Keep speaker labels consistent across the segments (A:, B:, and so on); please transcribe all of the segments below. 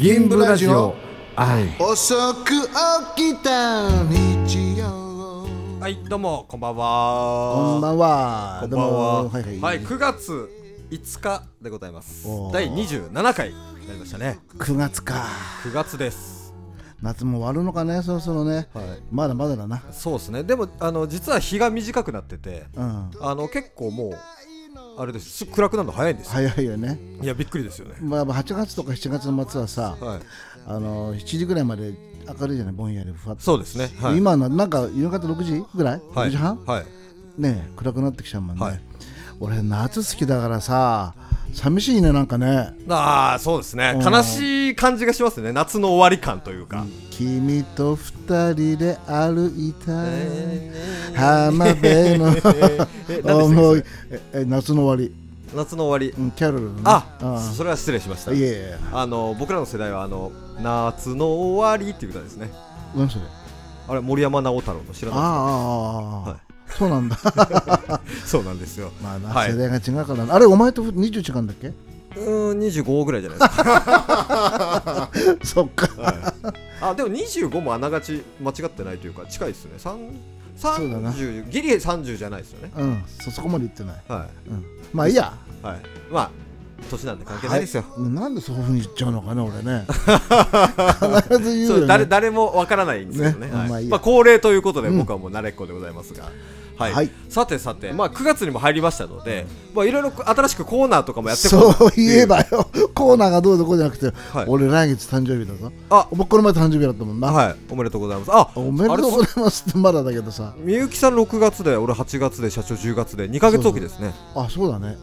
A: 銀ブラジオ
B: はい
C: 遅く起きた日曜
A: はいどうもこんばん
C: こんば
A: は
C: ん
A: こ
C: は
A: んばんは
C: どうもはいはい、
A: 9月5日でございます
C: おー
A: 第27回になりましたね
C: 9月か
A: 9月です
C: 夏も終わるのかねそろそろね、
A: はい
C: まだまだだな
A: そうですねでもあの実は日が短くなってて
C: うん
A: あの結構もうあれです暗くなるの早いんですよ
C: 早いよね、
A: いやびっくりですよね
C: まあ、8月とか7月の末はさ、
A: はい
C: あの7時ぐらいまで明るいじゃないぼんやりふわっと
A: そうですねはい
C: 今のなんか夕方6時ぐらい、
A: はい
C: 6時半
A: はい
C: ねえ暗くなってきちゃうもんね、
A: はい
C: 俺夏好きだからさ寂しいねなんかね
A: ああそうですね
C: うん
A: 悲しい感じがしますね夏の終わり感というか
C: 君と二人で歩いた浜辺の
A: え 何
C: 思
A: です
C: い
A: か
C: ええ夏の終わ
A: 夏の終わり
C: りうんキャロルのね
A: あそれは失礼しました
C: いやいやいや
A: あの僕らの世代はあの夏の終わりっていう歌ですね
C: 何それ
A: あれ森山直太朗の知らな
C: ああああああ
A: は
C: そうなんだ
A: いそうなんですよ
C: まあな
A: はい
C: 世代が違うからなあれお前と20違うんだっ け
A: うーん25ぐらいじゃない ですか
C: そっか
A: あでも25もあながち間違ってないというか近いですよね3
C: うだな
A: 30ギリ30じゃないですよね
C: うんそそこまで言ってない
A: は
C: うんまあいいや
A: いはいまあ年なんで関係ないですよ、
C: はいなんでそういうふうに言っちゃうのかね 俺ね必ず言う
A: そ
C: よね
A: う誰誰もわからないんですけどね
C: ね
A: はい
C: まあいいや
A: まあ、恒例ということで
C: うん
A: 僕はもう慣れっこでございますが、はい
C: はい
A: さてさて、まあ、9月にも入りましたので、まあ、いろいろ新しくコーナーとかもやってこ
C: そうう言えばよ、コーナーがどうぞこうじゃなくて、
A: い
C: 俺、来月誕生日だぞ。
A: あ
C: 僕、この前誕生日だったもんな。
A: はいおめでとうございますあ
C: おめでとうございますって、まだだけどさ。
A: みゆきさん6月で俺8月で社長10月で2ヶ月おきですね
C: あ、そうだね。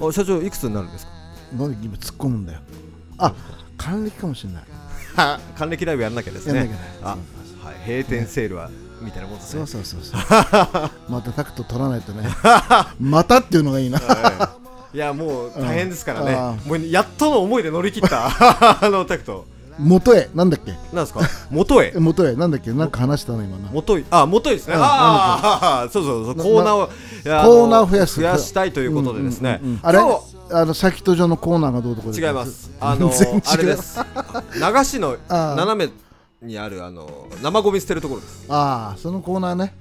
A: あ社長いくつになるんですか
C: なんで今突っ込むんだよ。あ、還暦かもしれない。
A: 還暦ライブやんなきゃですね
C: やんなきゃね
A: あ、はい、閉店セールはみたいなもんです
C: そ
A: ね
C: うそうそう そう。またタクト取らないとね。またっていうのがいいな。
A: いやもう大変ですからね、
C: あ
A: もうやっとの思いで乗り切った あのタクト
C: 元へ、なんだっけ
A: なんですか元へ
C: え元へ、なんだっけなんか話したの今な。
A: 元いあ元いですね、
C: うん
A: ああそうそうそう
C: な
A: コーナーをいやあの
C: コーナーを増やす
A: 増やしたいということでですね、
C: うんうんうんあれ
A: 今日
C: あの、先と上のコーナーがどうとこう
A: 違います。あ のあれで。す。流しの
C: あー
A: 斜めにあるあの生ゴミ捨てるところです。
C: ああ、そのコーナーね。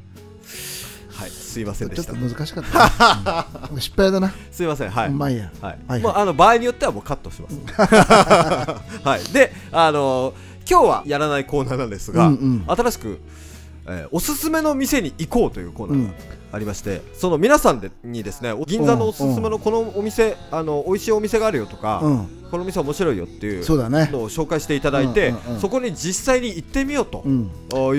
A: はい、すいませんで
C: ちょっ
A: した
C: と。難しかったね、 うん失敗だな。
A: すいません、はい。
C: まあいいや。
A: はい
C: はい
A: まあ、あの場合によってはもうカットし ます。はい、で、あの今日はやらないコーナーなんですが、
C: うんうん
A: 新しく、えーおすすめの店に行こうというコーナーがありまして、その皆さんでにですね、お銀座のおすすめのこのお店、あの美味しいお店があるよとか、
C: うん
A: この店面白いよっていう
C: そうだね。
A: のを紹介していただいて、
C: うんうんうん
A: そこに実際に行ってみようと
C: うん。
A: い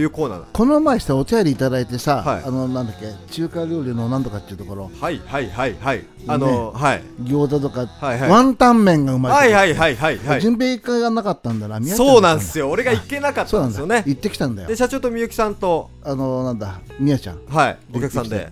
A: うコーナーだ。
C: この前したお茶入りいただいてさ、
A: はい
C: あのなんだっけ中華料理のなんとかっていうところ
A: はいはいはいはい。あの、はい。
C: 餃子とか、
A: はいはい
C: ワンタン麺がうまい
A: はい
C: い
A: はいはいはいはい。
C: 順平一回がなかったんだな宮ちゃ
A: そうなん
C: で
A: ですよ。俺が行けなかっ
C: そう
A: た
C: なんん
A: です
C: だ
A: よね。
C: 行ってきたんだよ
A: で、社長とみゆきさんと、
C: あのなんだ宮ちゃん
A: はい、お客さんで。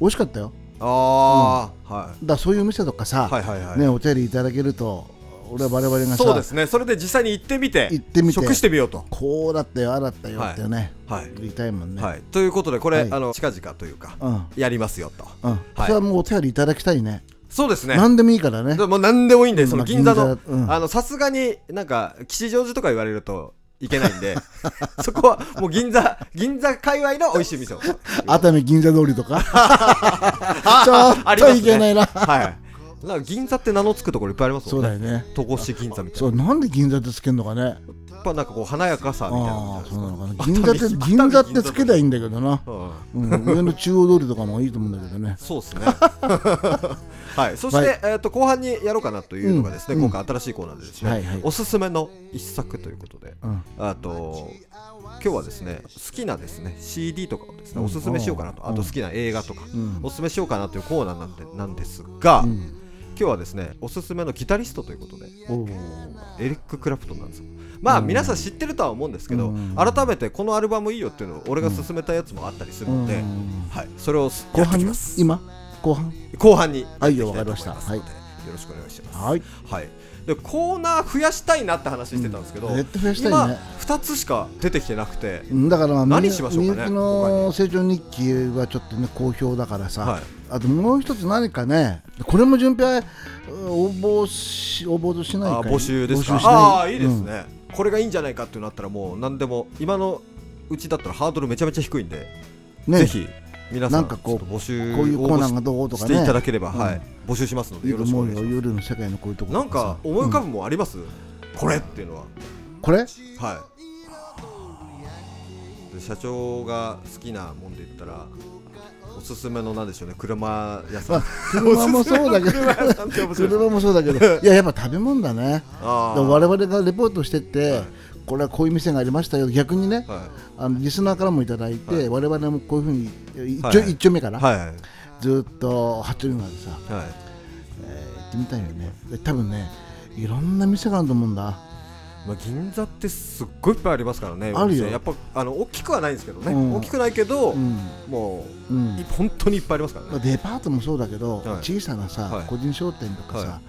C: 美味しかったよ
A: ああ、は
C: だからそういう店とかさ、
A: い。はいはいはい。
C: ねお茶入りいただけると俺は我々がさ
A: そうですね。それで実際に行ってみて、
C: 行ってみて
A: 食してみようと。
C: こうだったよああだったよってね、
A: はい
C: 言いたいもんね、
A: はい。ということで、これ、
C: はい
A: あの、近々というか、
C: うん
A: やりますよと。
C: うん
A: は。
C: それはいもうお手入りいただきたいね
A: そうですね。
C: 何でもいいからね
A: でも何でもいいんで、
C: うん
A: その銀座
C: ま
A: の
C: あ銀座う、ん
A: あの、さすがになんか、吉祥寺とか言われると、いけないんで、 そこはもう銀座、銀座界隈の美味しい店を。
C: 熱海銀座通りとかちょ
A: あ
C: っ
A: ります
C: と
A: ね
C: いけないな
A: はい。なんか銀座って名の付くところいっぱいあります
C: そ
A: も
C: うんだ
A: ね。
C: よね
A: 戸越銀座みたいな
C: そ。うなんで銀座ってつけんのかね
A: やっぱなんかこう華やかさみたいなのあ
C: あ
A: る
C: あ
A: じ
C: そ
A: ゃ
C: う
A: な
C: ないの
A: ですか
C: かな銀座って銀座ってつけりゃいい
A: い、
C: んだけどな、
A: うん
C: うん、上の中央通りとかもいいと思うんだけ どね
A: そうですねはいそして、
C: はい
A: えー、と後半にやろうかなというのがですね、
C: うん
A: 今回新しいコーナーでですね、
C: はいはい
A: おすすめの一作ということで、
C: うん
A: あと今日はですね好きなですね CD とかをですね、
C: うん
A: おすすめしようかなと、あと好きな映画とか、
C: うん
A: おすすめしようかなというコーナーなんでなんですが、
C: うん
A: 今日はですねおすすめのギタリストということで
C: おお
A: エリック・クラプトンなんですよまあ
C: うん
A: 皆さん知ってるとは思うんですけど、
C: うん
A: 改めてこのアルバムいいよっていうのを俺が勧めたやつもあったりするので、
C: うん
A: はい、それをす
C: 後半
A: や
C: に
A: ってきます
C: 今後半
A: 後半に
C: はい
A: やってきたと思
C: わかりました
A: ますのでよろしくお願いします
C: はい
A: はいでコーナー増やしたいなって話してたんですけど、
C: 絶対増やしたい
A: 今
C: ね
A: 2つしか出てきてなくて、
C: うんだからまあ
A: 何しましょうかね
C: みゆきの成長日記はちょっとね好評だからさ、
A: はい
C: あともう一つ何かねこれも順平はうん応募し応募しないか
A: あ
C: い
A: 募集ですか
C: しない
A: ああいいですね、これがいいんじゃないかってなったらもう何でも今のうちだったらハードルめちゃめちゃ低いんで、
C: うんね
A: ぜひ皆さん
C: なんかこう
A: ちょっと募集
C: こういうコーナー
A: 応募
C: がどうと
A: し
C: か
A: して
C: ね
A: いただければ、
C: うん
A: はい募集しますので
C: いい
A: よ
C: と
A: ろしく
C: 思
A: お
C: う
A: 願いしま
C: よ
A: す
C: 夜の世界のこういうところ
A: なん
C: とさ
A: か思い浮かぶもんあります、これっていうのは
C: これ
A: はいで社長が好きなもんで言ったらおすすめのなんでしょうね車屋さん
C: 車もそうだけ
A: 車屋さん
C: ど
A: って面白い
C: 車もそうだけ どいややっぱ食べ物だね
A: あ
C: だ
A: ー
C: から我々がレポートしてって、
A: はい
C: これはこういう店がありましたよ逆にね、
A: は
C: あのリスナーからもいただいて、
A: は
C: 我々もこういうふうに一丁,、
A: はいはい
C: 一丁目から、
A: いはいは
C: ずっと八丁目までさ、
A: いはい
C: えー行ってみたいよねで多分ねいろんな店があると思うんだ、
A: まあ、銀座ってすっごいいっぱいありますからね
C: ある
A: お
C: よ
A: 店やっぱあの大きくはないんですけどね、
C: うん
A: 大きくないけど、
C: うん
A: も
C: う
A: う、
C: ん
A: い本当にいっぱいありますから
C: まあ
A: ね
C: デパートもそうだけど、
A: はい
C: 小さなさ、
A: はい
C: 個人商店とかさ、
A: は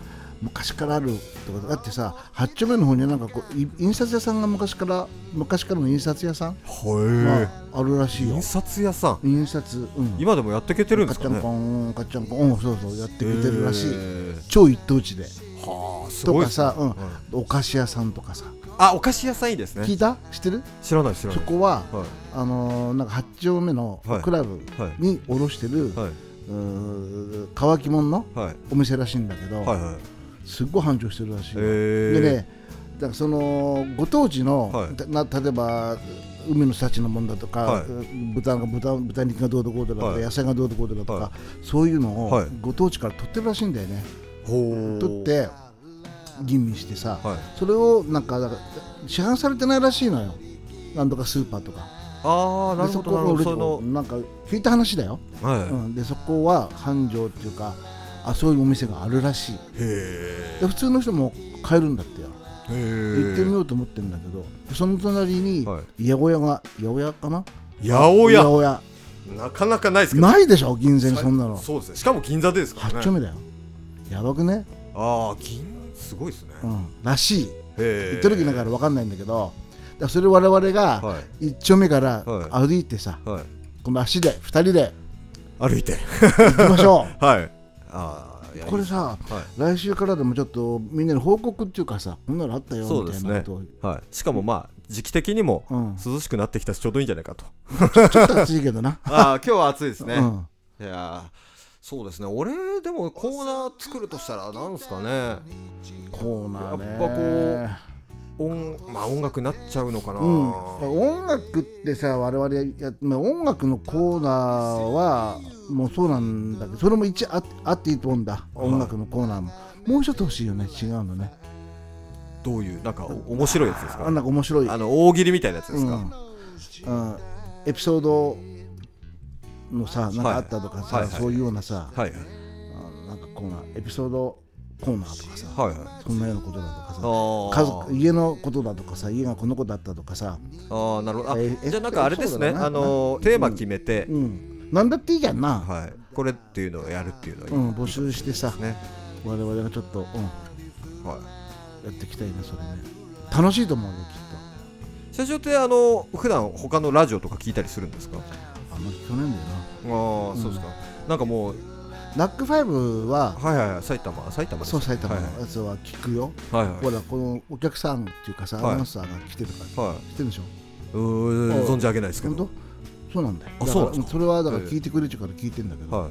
C: 昔からあるとかだってさ八丁目の方にはなんかこうい印刷屋さんが昔から昔からの印刷屋さん
A: は
C: があるらしいよ
A: 印刷屋さん
C: 印刷うん
A: 今でもやっていけてるんですか
C: カッチャン
A: ね
C: コンカッチャンコンうんそうそうやってくれてるらしい、
A: へー
C: 超一等地で
A: はあす
C: と
A: ごい
C: か
A: ですね
C: さ、うん
A: はい
C: お菓子屋さんとかさ
A: あお菓子屋さんいいです
C: 聞
A: ね
C: いた知ってる
A: 知らない知らな
C: そ
A: い
C: こは
A: は
C: あのーなんか八丁目の
A: はい
C: クラブ
A: いはい
C: に卸してる、
A: はいう
C: ー乾き物の
A: はい
C: お店らしいんだけど、
A: はいはい
C: すっごい繁盛してるらしいよ、
A: えー
C: でねだからそのご当地の、
A: はい
C: たな例えば海の幸のもんだとか、
A: はい
C: 豚が豚豚肉がどうとこうだとか、
A: はい
C: 野菜がどうとこうだとか、
A: は
C: そういうのを、
A: はい
C: ご当地から取ってるらしいんだよね
A: ほう
C: 取って吟味してさ、
A: はい
C: それをなんかだから市販されてないらしいのよなんとかスーパーとか
A: ああなる
C: で
A: ほ
C: そ
A: ど
C: こ
A: なるほど
C: 俺
A: その
C: なんか聞いた話だよ、う
A: は
C: ん、でそこは繁盛っていうかあそういうお店があるらしい
A: いへ
C: で普通の人も買えるんだってよ
A: え
C: 行ってみ
A: へ
C: ようと思ってるんだけどその隣に
A: は
C: 八百屋が八百屋かな
A: え八百
C: 八
A: 屋
C: 百屋
A: なかなかないですけど
C: ないでしょ銀座にそんなの
A: そうですねしかも銀座でですから
C: 8丁
A: ね
C: 目だよやばくね
A: ああ銀すごいですね
C: うんらしい
A: へえ
C: 行った時だから分かんないんだけどだからそれ我々が
A: はい
C: 一丁目から
A: は
C: 歩いてさ
A: はい
C: この足で2人で
A: 歩いて
C: 行きましょ
A: はいああいや
C: うこれさ
A: はい
C: 来週からでもちょっとみんなに報告っていうかさこんなのあったよ
A: そうで
C: みたい
A: す
C: な
A: ね
C: ことを、
A: はい、しかもまあ時期的にも
C: うん
A: 涼しくなってきたしちょうどいいんじゃないかと、
C: ちょっと暑いけ どな
A: ああ今日は暑いですね、
C: うん
A: いやーそうですね俺でもコーナー作るとしたらなんですかね
C: コーナーね
A: やっぱこ音,、まあ、音楽になっちゃうのかな、
C: うん、音楽ってさ我々や、まあ、音楽のコーナーはもうそうなんだけどそれも一応ああっていいと思うんだ
A: はい
C: 音楽のコーナーも、もうちょっと欲しいよね違うのね
A: どういうなんかお面白いやつです
C: あ
A: か
C: なんか面白い
A: あの大喜利みたいなやつですか、
C: うんうん、エピソードのさなんかあったとかさ、
A: はいはいはい
C: そういうようなさ、
A: はい
C: あなんかコーナーエピソードコーナーとかさ、
A: はいはい
C: そんなようなことだとか
A: あ
C: さ
A: ー
C: 家族家のことだとかさ家がこの子だったとかさ、
A: あーなるほどあ
C: えー
A: じゃあなんかあれですね
C: そうだな
A: あのーテーマ決めて、
C: うん、なんだっていいじゃんな、
A: はい、これっていうのをやるっていうのはいい
C: うん、募集してさ、
A: ね、
C: 我々がちょっと、うん、や
A: は
C: っていきたいねそれね楽しいと思うよき
A: い、社長ってあの普段他のラジオとか聞いたりするんですか
C: っとあんまり聞かないんだよ
A: ああーそうですか、なんかもう
C: なラックファイブは
A: はいはいはい埼玉埼玉です
C: そう埼玉
A: はい
C: のやつは聞くよ、
A: はいはい
C: ほらこのお客さんっていうかさ、
A: はい
C: アナウンサーが来てるから
A: はい、はいう
C: 来てるでしょ
A: ーん
C: あ
A: 存じ上げないですけ
C: 本
A: ど
C: 当そうなんだよ
A: あ
C: だ
A: そう
C: か
A: な
C: ら
A: んですか
C: それはだから聞いてくれちゃうから聞いてんだけど、
A: は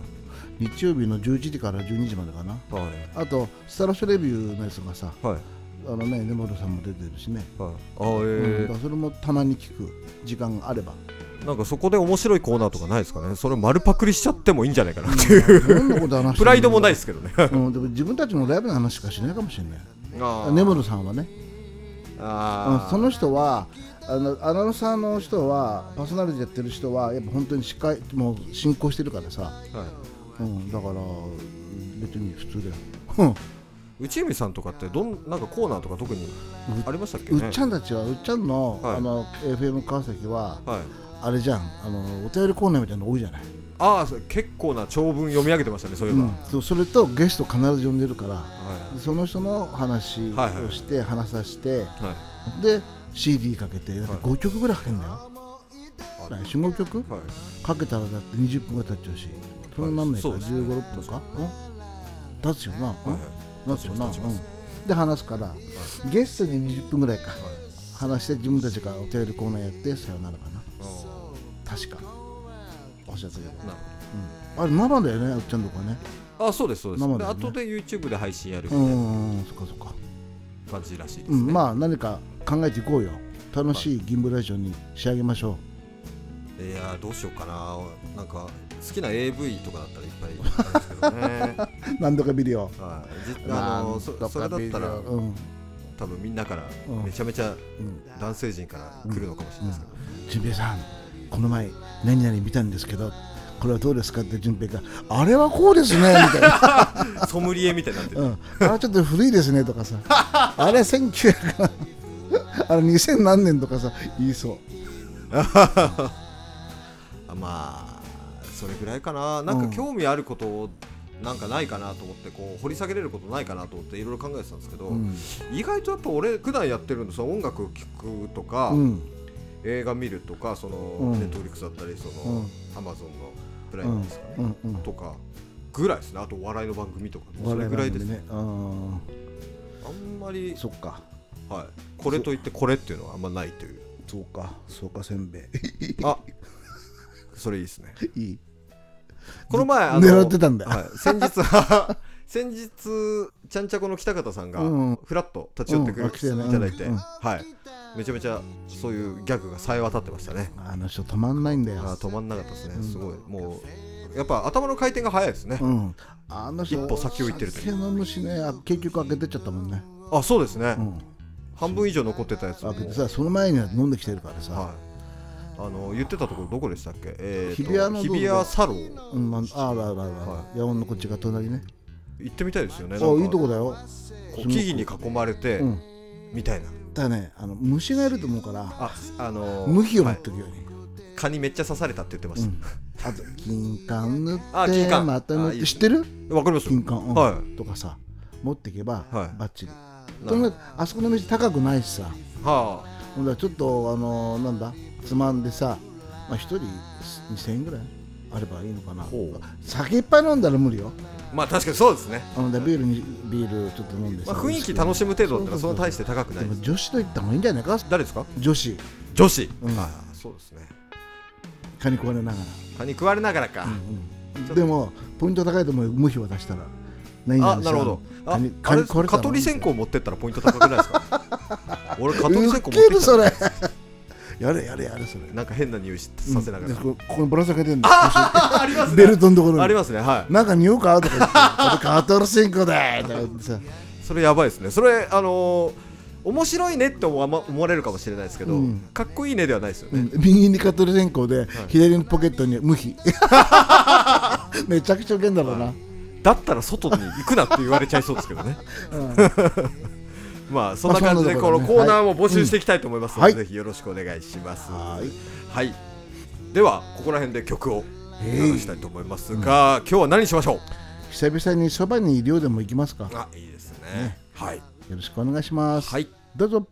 C: 日曜日の11時から12時までかない
A: はい
C: あとスタロシレビューのやつがさ
A: はい
C: あのね根本さんも出てるしね、
A: はいあー
C: うん
A: え
C: だからそれもたまに聞く時間があ れば
A: ー、なんかそこで面白いコーナーとかないですかねそれ丸パクリしちゃってもいいんじゃないかなって いう
C: どんなこと話してるの
A: プライドもないですけどね
C: うん、でも自分たちのライブの話しかしないかもしれない。
A: あ
C: 根
A: も
C: 室さんはね、
A: あ
C: うん
A: ー
C: その人はあのアナウンサーの人はパーソナリティやってる人はやっぱ本当に司会もう進行してるからさ、
A: はい
C: うん、だから別に普通だよ。うん
A: 内海さんとかってどんなんかコーナーとか特にありましたっけ
C: う
A: ね
C: っちゃんたちはうっちゃんの,、
A: はい
C: あの FM 川崎は
A: はい
C: あれじゃんあのお便りコーナーみたいなの多いじゃない
A: あああそう結構な長文読み上げてましたねそういえ
C: う
A: ば、
C: ん、そうそれとゲスト必ず呼んでるから
A: は
C: その人の話をして話させて、
A: い、はい
C: で CD かけてだって
A: はい
C: 5曲ぐらいかけるんだよ、来週5曲
A: はい、
C: かけたらだって20分が経っちゃうしそんななんないか
A: そう
C: ら
A: です
C: 1 5 6分かうん経つよな、うんなつよな、う
A: 経ちます
C: ん、で話すからゲストに20分ぐらいか話して自分たちがお便りコーナーやってさよならかな確かおっしゃったけど、
A: なる
C: うん、あれ生だよねうっちゃんとかね
A: ほどあそうですそうです
C: 生
A: で
C: でね
A: 後で YouTube で配信やるみ
C: う
A: たいなん
C: うんそっかそっか、
A: 感じらしいです
C: う
A: ね、
C: ん、まあ何か考えていこうよ楽しい銀ブラジオに仕上げましょ
A: いやーどうしようかななんか好きな AV とかだったらいっぱいあるんですけど ね、
C: う何度か見るよ
A: はいじあのそそれだったら
C: うん
A: 多分みんなから
C: うん
A: めちゃめちゃ
C: うん
A: 男性陣から来るのかもしれないですけど、
C: 純平さんこの前何々見たんですけどこれはどうですかって純平があれはこうですねみたい な、
A: ソムリエみたいになってて、
C: うん、あれはちょっと古いですねとかさあれは1900かなあれ2000何年とかさ言いそう
A: あまあそれぐらいかななん
C: う
A: か
C: ん
A: 興味あることをなんかないかなと思ってこう掘り下げれることないかなと思っていろいろ考えてたんですけど、
C: うん
A: 意外とやっぱ俺普段やってるんでその音楽を聴くとか、
C: うん
A: 映画見るとかその
C: うん
A: ネットフリックスだったりそ
C: うん
A: のアマゾンのプラ
C: う
A: イム
C: ん
A: ですかね、
C: うんうん
A: とかぐらいですねあとお笑いの番組とかねそ
C: 我
A: れ
C: 々
A: ぐらいですね
C: ねうん
A: あんまり、
C: そっか
A: はい、これといってこれっていうのはあんまないという
C: そうかそうかせんべ
A: あそれいいですね
C: いいい
A: この前あの
C: 狙ってたんだよ
A: はい、先日 は先日ちゃんちゃこの北方さんが
C: うん
A: フラッと立ち寄ってく
C: う
A: れ
C: んあ来てね
A: いただいて、
C: うん
A: はい、めちゃめちゃそういうギャグがさえ渡ってましたね
C: あの人たまんないんだ
A: あー
C: よ
A: 止まんなかったですね、すごいもうやっぱ頭の回転が早いですね、
C: うんあの人
A: 一歩先を行ってるという
C: 酒飲むしねあ結局開けてっちゃったもんね
A: あそうですね、
C: うん
A: 半分以上残ってたやつを
C: 開けてさその前には飲んできてるからさ、
A: はいあの言ってたところどこでしたっけ、えーと
C: 日比谷の
A: 日比谷サロン
C: うん、まああらあらあら、
A: は
C: 野音のこっちが隣ね。
A: 行ってみたいですよね
C: あいい
A: なんか
C: とこだよ。
A: こう木々に囲まれて、
C: うん。
A: みたいな
C: ただね、あの虫がいると思うから、
A: ああのー
C: 向きを
A: は
C: 持っ
A: い
C: てくように。
A: 蚊にめっちゃ刺されたって言ってま
C: う
A: し
C: ん。あと、金管塗っ
A: あ金
C: て、
A: 柑
C: また塗
A: あ
C: っ
A: いい
C: て、知ってる
A: たわ、かります
C: 金管、うん
A: は
C: とかさ、持っていけば、
A: はい
C: バッチリ。
A: い
C: とにかく、あそこの道高くないしさ、
A: は
C: ほんだらちょっと、あのーなんだ、つまんでさ、まあ、一人2000円ぐらいあればいいのかな
A: ほう。
C: 酒いっぱい飲んだら無理よ。
A: あまあ確かにそうですね、
C: あのだからビールにビールちょっと飲んで
A: ま
C: さ。
A: あ、雰囲気楽しむ程度だったらそ
C: そ
A: ん
C: うそうそう
A: な大して高くな
C: で
A: いで
C: も
A: す
C: 女子と行った方がいいんじゃないか
A: 誰ですか
C: 女子
A: 女子、
C: うん
A: ああそうですね
C: 蚊に食われなが
A: 蚊に食われながらか、
C: ら、でもポイント高いと思うよ無比渡したら何
A: あ
C: 々
A: なるほどあ
C: さ蚊に
A: あ
C: 蚊
A: れ
C: に
A: です
C: 食わ
A: か
C: れた
A: 蚊
C: ら
A: 取り線香持ってったらポイント高くないです か俺蚊取り線香
C: ウ
A: 持って
C: ケる
A: きた
C: そ
A: ら
C: れ やれやれやれそれ
A: なんか変な匂いしさせながら、
C: でこここにぶら下げてん だ
A: ああります
C: ベ
A: ね
C: ルトのところ
A: あり
C: に
A: ますねは
C: なんか匂うかとか言って「俺蚊取り線香だ!」とか言ってさ
A: いそれやばいですねそれあのー面白いねって思わま思われるかもしれないですけど、
C: うん
A: かっこいいねではないですよ
C: う
A: ね、
C: ん右に蚊取り線香で左のポケットに無 比めちゃくちゃウケんだろうな、
A: だったら外に行くなって言われちゃいそうですけどね
C: うん
A: まあそんな感じでこのコーナーも募集していきたいと思いますので、
C: はい
A: ぜひよろしくお願いします
C: はーい
A: はいではここら辺で曲を流したいと思いますが、今日は何しましょう
C: 久々にそばに寮でも行きますかよ
A: あいいですねはい
C: ろしくお願いします、
A: はい
C: どうぞ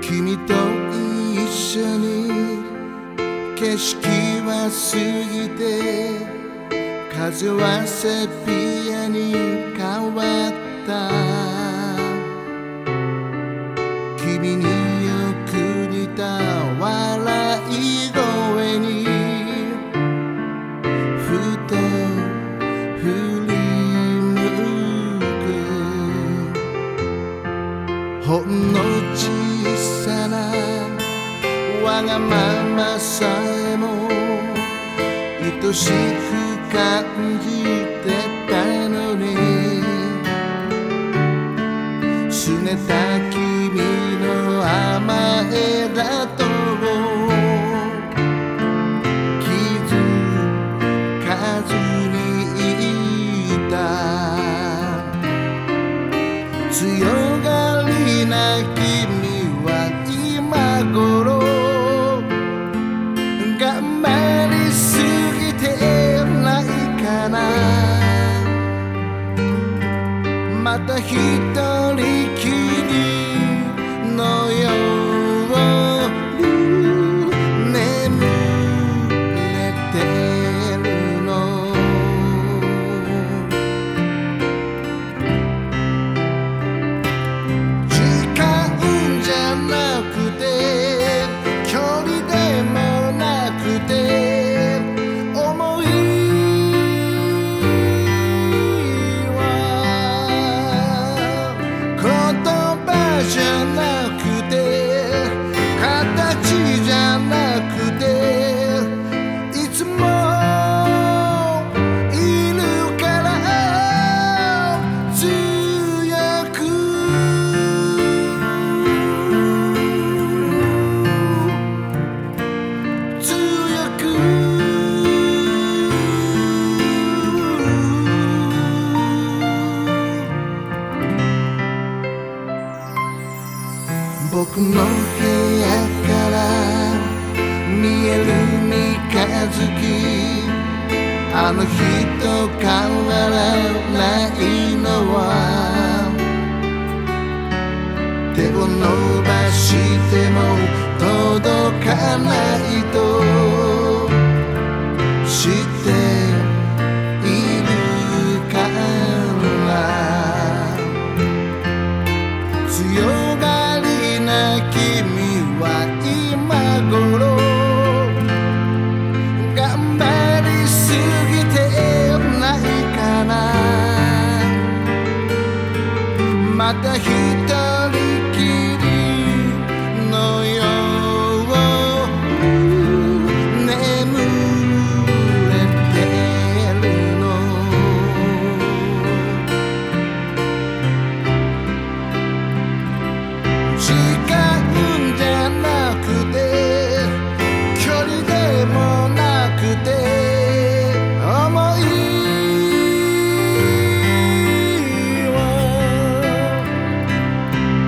B: 君と一緒に景色は過ぎて風はセピアに変わった君に送りた笑い声にふと振り向くほんの小さなわがままさえも愛しく感じてたのに拗ねた君の甘えだと気づかずにいた強がりな君は
C: また一人きりの夜眠れてるの時間じゃなくて距離でもなくて思いは言葉じゃなくて形じゃなくていつもいるから強く強く僕の部屋から見える三日月あの日と変わらないのは手を伸ばしても届かないと知っているから強がりな君は今頃頑張りすぎてないかなまた一人きりのよう眠れてるの時間じゃなくて距離でもなくて思いは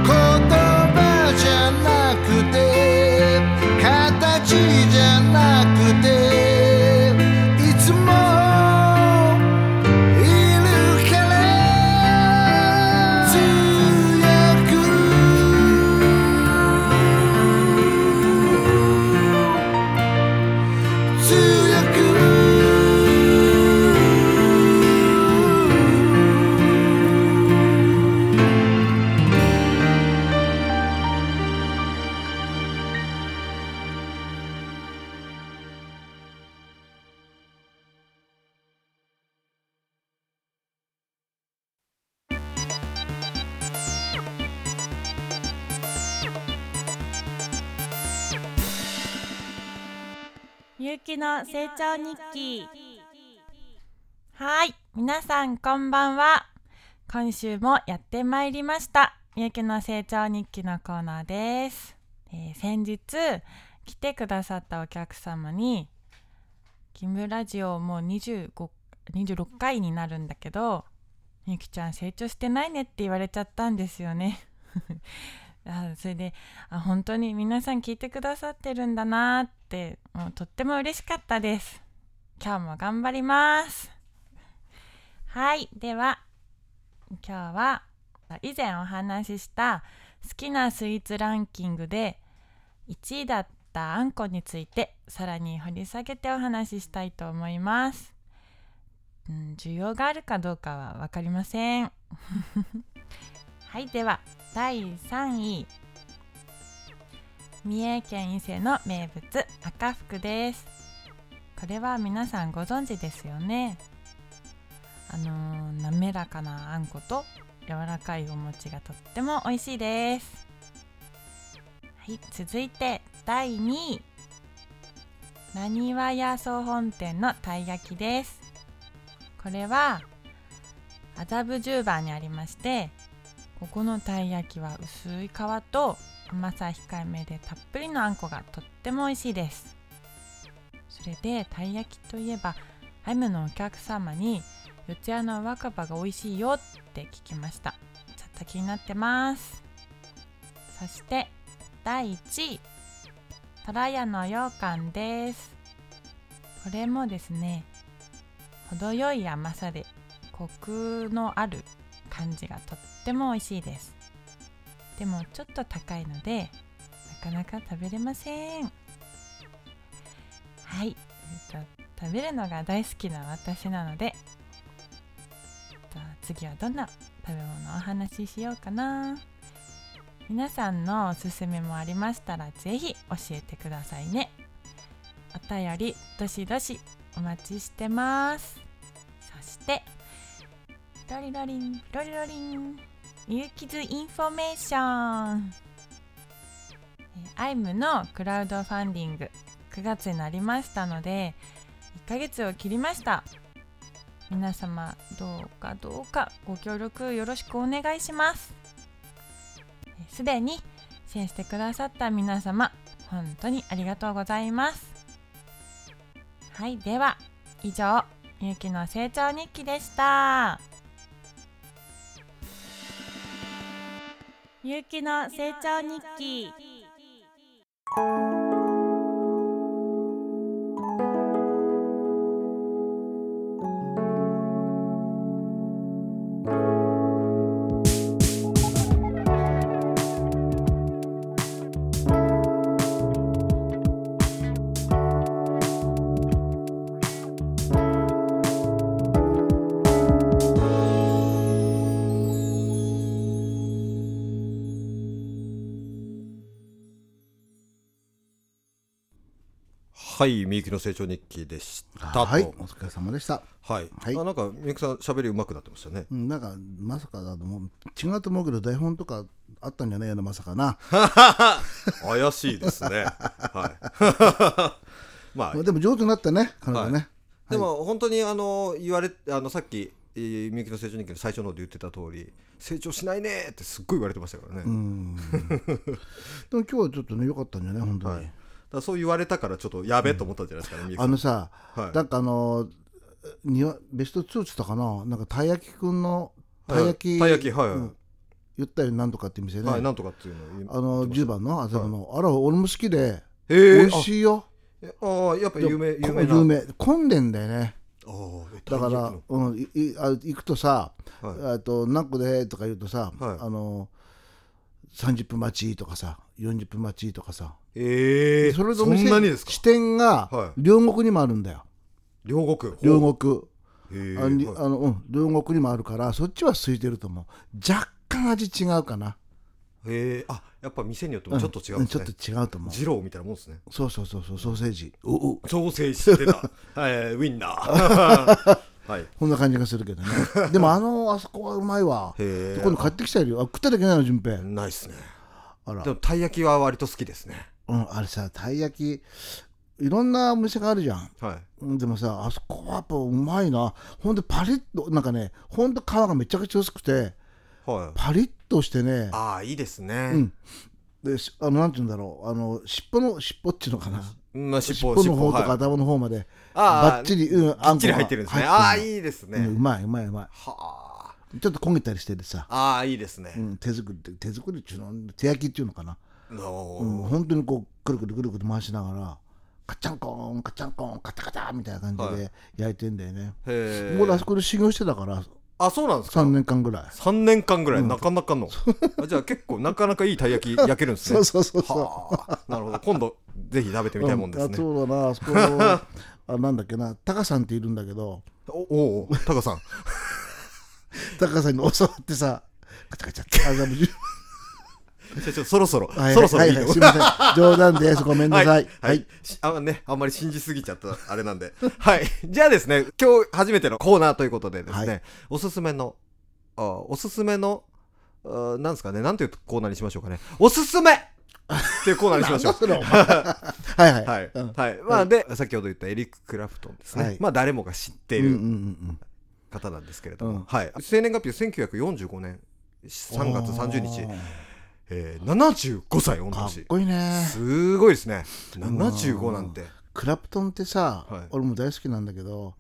C: 言葉じゃなくて形じゃなくていつもいるから強く強く
D: みゆきの成長日記はい皆さんこんばんは今週もやってまいりましたみゆきの成長日記のコーナーです、えー先日来てくださったお客様に「キムラジオもう25 26回になるんだけどみゆきちゃん成長してないね」って言われちゃったんですよね あそれであ本当に皆さん聞いてくださってるんだなーってもうとっても嬉しかったです今日も頑張りますはいでは今日は以前お話しした好きなスイーツランキングで1位だったあんこについてさらに掘り下げてお話ししたいと思います、うん、需要があるかどうかは分かりません はいでは第3位三重県伊勢の名物赤福ですこれは皆さんご存知ですよねあのー滑らかなあんこと柔らかいお餅がとっても美味しいですはい続いて第2位なにわ屋総本店のたい焼きですこれは麻布十番にありましてここのたい焼きは薄い皮と甘さ控えめでたっぷりのあんこがとっても美味しいですそれでたい焼きといえばハイムのお客様に四谷の若葉が美味しいよって聞きましたちょっと気になってますそして第1位とらやの羊羹ですこれもですね程よい甘さでコクのある感じがとっても美味しいですでもちょっと高いのでなかなか食べれませんはい、えっと、食べるのが大好きな私なので、えっと、次はどんな食べ物をお話ししようかな皆さんのおすすめもありましたらぜひ教えてくださいねお便りどしどしお待ちしてますそしてロリロリンロリロリンゆうきずインフォメーションえーアイムのクラウドファンディング9月になりましたので1ヶ月を切りました皆様どうかどうかご協力よろしくお願いしますえーすでに支援してくださった皆様本当にありがとうございますはいでは以上ゆうきの成長日記でしたゆうきの成長日記
A: はいみゆきの成長日記でしたと
C: はいお疲れ様でした
A: はい、
C: はい
A: あなんかみゆきさん喋り上手くなってま したね
C: うんなんかまさかだと思う違うと思うけど台本とかあったんじゃないやなまさかな、
A: 怪しい ですねはいまあ
C: まあでも上手になったね彼女ね、
A: はでも本当にあの言われあのさっきえーみゆきの成長日記の最初の方で言ってた通り成長しないねーってすっごい言われてましたからね、
C: う
A: だか
C: んでも今日はちょっとね良かったんじゃない本当に、
A: らそう言われたからちょっとやべえと思ったんじゃないですかね、みゆき
C: あ
A: さん
C: のさ、
A: はい
C: なんかあのにわベスト2っつったかななんかたい焼きくんのたい焼き、
A: たい焼きはい、
C: うん言ったよなんとかって店ね、
A: はいなんとかっていうのを言う
C: あの10番の麻布の、あら俺も好きで、
A: え
C: 美
A: ー、
C: 味しいよ
A: あああやっぱ有名有名な
C: 有名混んでんだよね
A: あーえ
C: だから
A: 大陸、
C: うん、いいあ行くとさ「
A: のはい
C: あと何個で?」とか言うとさ、
A: はい
C: あの30分待ちとかさ40分待ちとかさ
A: ええ
C: それ
A: そ
C: と
A: ん
C: 店
A: なにですか
C: 支店
A: は
C: が
A: い
C: 両国にもあるんだよ、
A: 両国
C: 両国
A: 国
C: あにあの、うん、両国にもあるからそっちは空いてると思う若干味違うかな
A: えあやっぱ店によってもちょっと違うんですね、
C: んちょっと違うと思う
A: 二郎みたいなもんですね
C: そうそうそうそうソーセージおお
A: ソーセージして た、はい、ウインナーはいへ
C: こんな感じがす るけどねでもあのあそこはうまいわ
A: え
C: 今度買ってきたよあ食っただけないの順平
A: ないっすね
C: あら
A: でもたい焼きは割と好きですね
C: うん、あれさたい焼きいろんなお店があるじゃん
A: はい
C: うんでもさあそこはやっぱうまいなほんでパリッとなんかねほんと皮がめちゃくちゃ薄くて
A: はい
C: パリッとしてね
A: ああいいですね、
C: うんでしあのなんて言うんだろうあの尻尾の尻尾っちゅうのかな
A: うんまあ、尻
C: 尻
A: 尾
C: 尾の方とか頭の方まで
A: あ
C: バッチリうん
A: あ
C: あ
A: ん
C: んこが
A: 入ってるんですね
C: 入って
A: ああ
C: る
A: いいですね、
C: うんうまいうまいうま
A: はあ
C: いちょっと焦げたりしててさ
A: ああいいですね
C: う、ん手作りって手作りっちゅうの手焼きっちゅうのかな
A: の
C: うん本当にこうくるくるくるくる回しながらカチャンコーンカチャンコーンカタカタみたいな感じ
A: は
C: で焼いてんだよね、
A: へえ
C: 俺あそこで修行してたから
A: あそうなんですか
C: 3年間ぐらい、
A: 3年間ぐらいなかなかの、 あじゃあ結構なかなかいいたい焼き焼けるんですね
C: そうそうそうそう
A: はあなるほど今度ぜひ食べてみたいもんです
C: うん
A: ね
C: あ、そうだなあそこの あなんだっけなタカさんっているんだけど
A: おおうタカさん
C: タカさんに教わってさカチャカチャってあでも
A: 社長そろそろ、
C: はい
A: そろそろ
C: はい
A: い
C: い
A: い
C: は
A: よ
C: いすいません冗談ですごめんなさい
A: は
C: はいい、
A: はい、しあね、あんまり信じすぎちゃったあれなんではいじゃあですね今日初めてのコーナーということでですね、
C: は
A: おすすめのあおすすめのあなんですかねなんていうコーナーにしましょうかねおすすめっていうコーナーにしま しょう
C: それお前はいはい
A: はい、
C: うん
A: はい、まあで先ほど言ったエリック・クラフトンですね、
C: はい
A: まあ誰もが知ってい
C: うんう
A: る
C: んうん
A: 方なんですけれども、
C: うん
A: はい生年月日1945年3月30日
C: おー、
A: えー、75歳御
C: かっ
A: 年
C: こいいね
A: すごいですね75なんて
C: クラプトンってさ、
A: はい
C: 俺も大好きなんだけど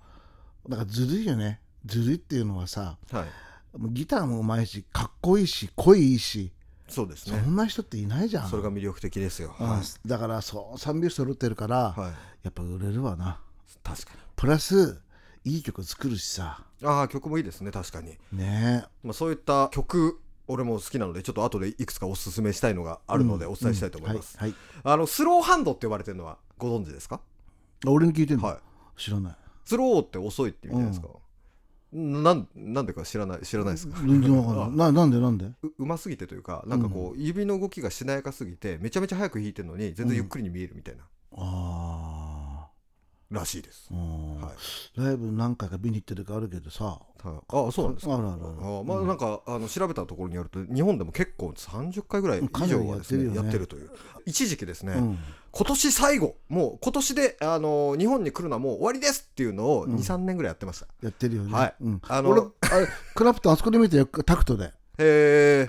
C: なんかずるいよねずるいっていうのはさ
A: はい
C: もうギターもうまいしかっこいいし声いいし
A: そうです
C: そ
A: ね
C: んな人っていないじゃん、
A: それが魅力的ですよ
C: うん
A: は
C: だからそう三拍子揃ってるから、
A: い、はい、
C: やっぱ売れるわな
A: 確かに
C: プラスいい曲作るしさ
A: ああ曲もいいですね確かに、
C: ね
A: まあ、そういった曲俺も好きなのでちょっと後でいくつかおすすめしたいのがあるので
C: うん
A: お伝えしたいと思います、
C: うんはい、
A: あのスローハンドって呼ばれてるのはご存知ですか、
C: はい、俺に聞いてるの、
A: はい、
C: 知らない
A: スローって遅いって意味じゃないですか、なんなんでか知らない知らないですか
C: 全然わかんないななんでなんで
A: ううますぎてというかなんかこう、指の動きがしなやかすぎてめちゃめちゃ早く弾いてるのに全然ゆっくりに見えるみたいな、
C: あ
A: らしいです
C: あ、う、ん
A: はい
C: ライブ何回か見に行ってるかあるけどさ
A: はい、あそうなんですか
C: あらあらあら
A: あーまあなんか、あの調べたところによると日本でも結構30回ぐらい以上はですね
C: かなり
A: や
C: や
A: っ
C: っ
A: て
C: てる
A: るという一時期ですね、
C: うん
A: 今年最後もう今年で、あのー日本に来るのはもう終わりですっていうのを
C: ん
A: 23年ぐらいやってました、
C: やってるよね、
A: はい
C: うん、
A: あ
C: あ
A: の
C: の俺あれクラプトンあそこで見てよタクトで
A: へえ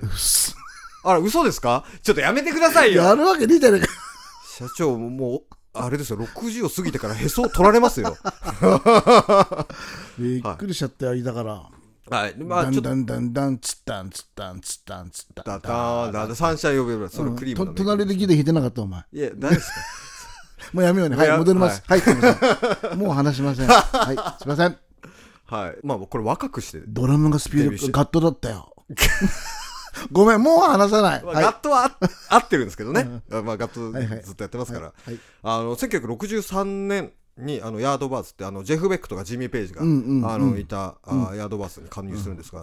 A: あら嘘ですかちょっとやめてくださいよ
C: やるわけねえじゃねえか
A: 社長もうあれですよ60を過ぎてからへそを取られます よ
C: びっくりしちゃったよ、だから。
A: はいま
C: だ
A: あちょ
C: ん
A: っと
C: だんだんだん、つったんつったんつったんつったん。
A: だだだだ三者呼べばそのクリームの
C: と隣でギター弾いてなかった、お前。
A: いや誰ですか
C: もうやめようね。はい
A: や
C: い、戻ります。はい、すいませんもう話しません。はい、すいません。
A: はいまあこれ若くして、
C: ドラムがスピ
A: デビュー
C: ー
A: して
C: ドガットだったよ。ごめん、もう話さない。
A: まあ
C: はい
A: ガットはあ合ってるんですけどね、まあ、ガット
C: はいはい
A: ずっとやってますから、
C: はい
A: あの1963年にあのヤードバーズってあのジェフ・ベックとかジミー・ページが、
C: うんうんうん
A: あのいた、あーヤードバーズに加入するんですが、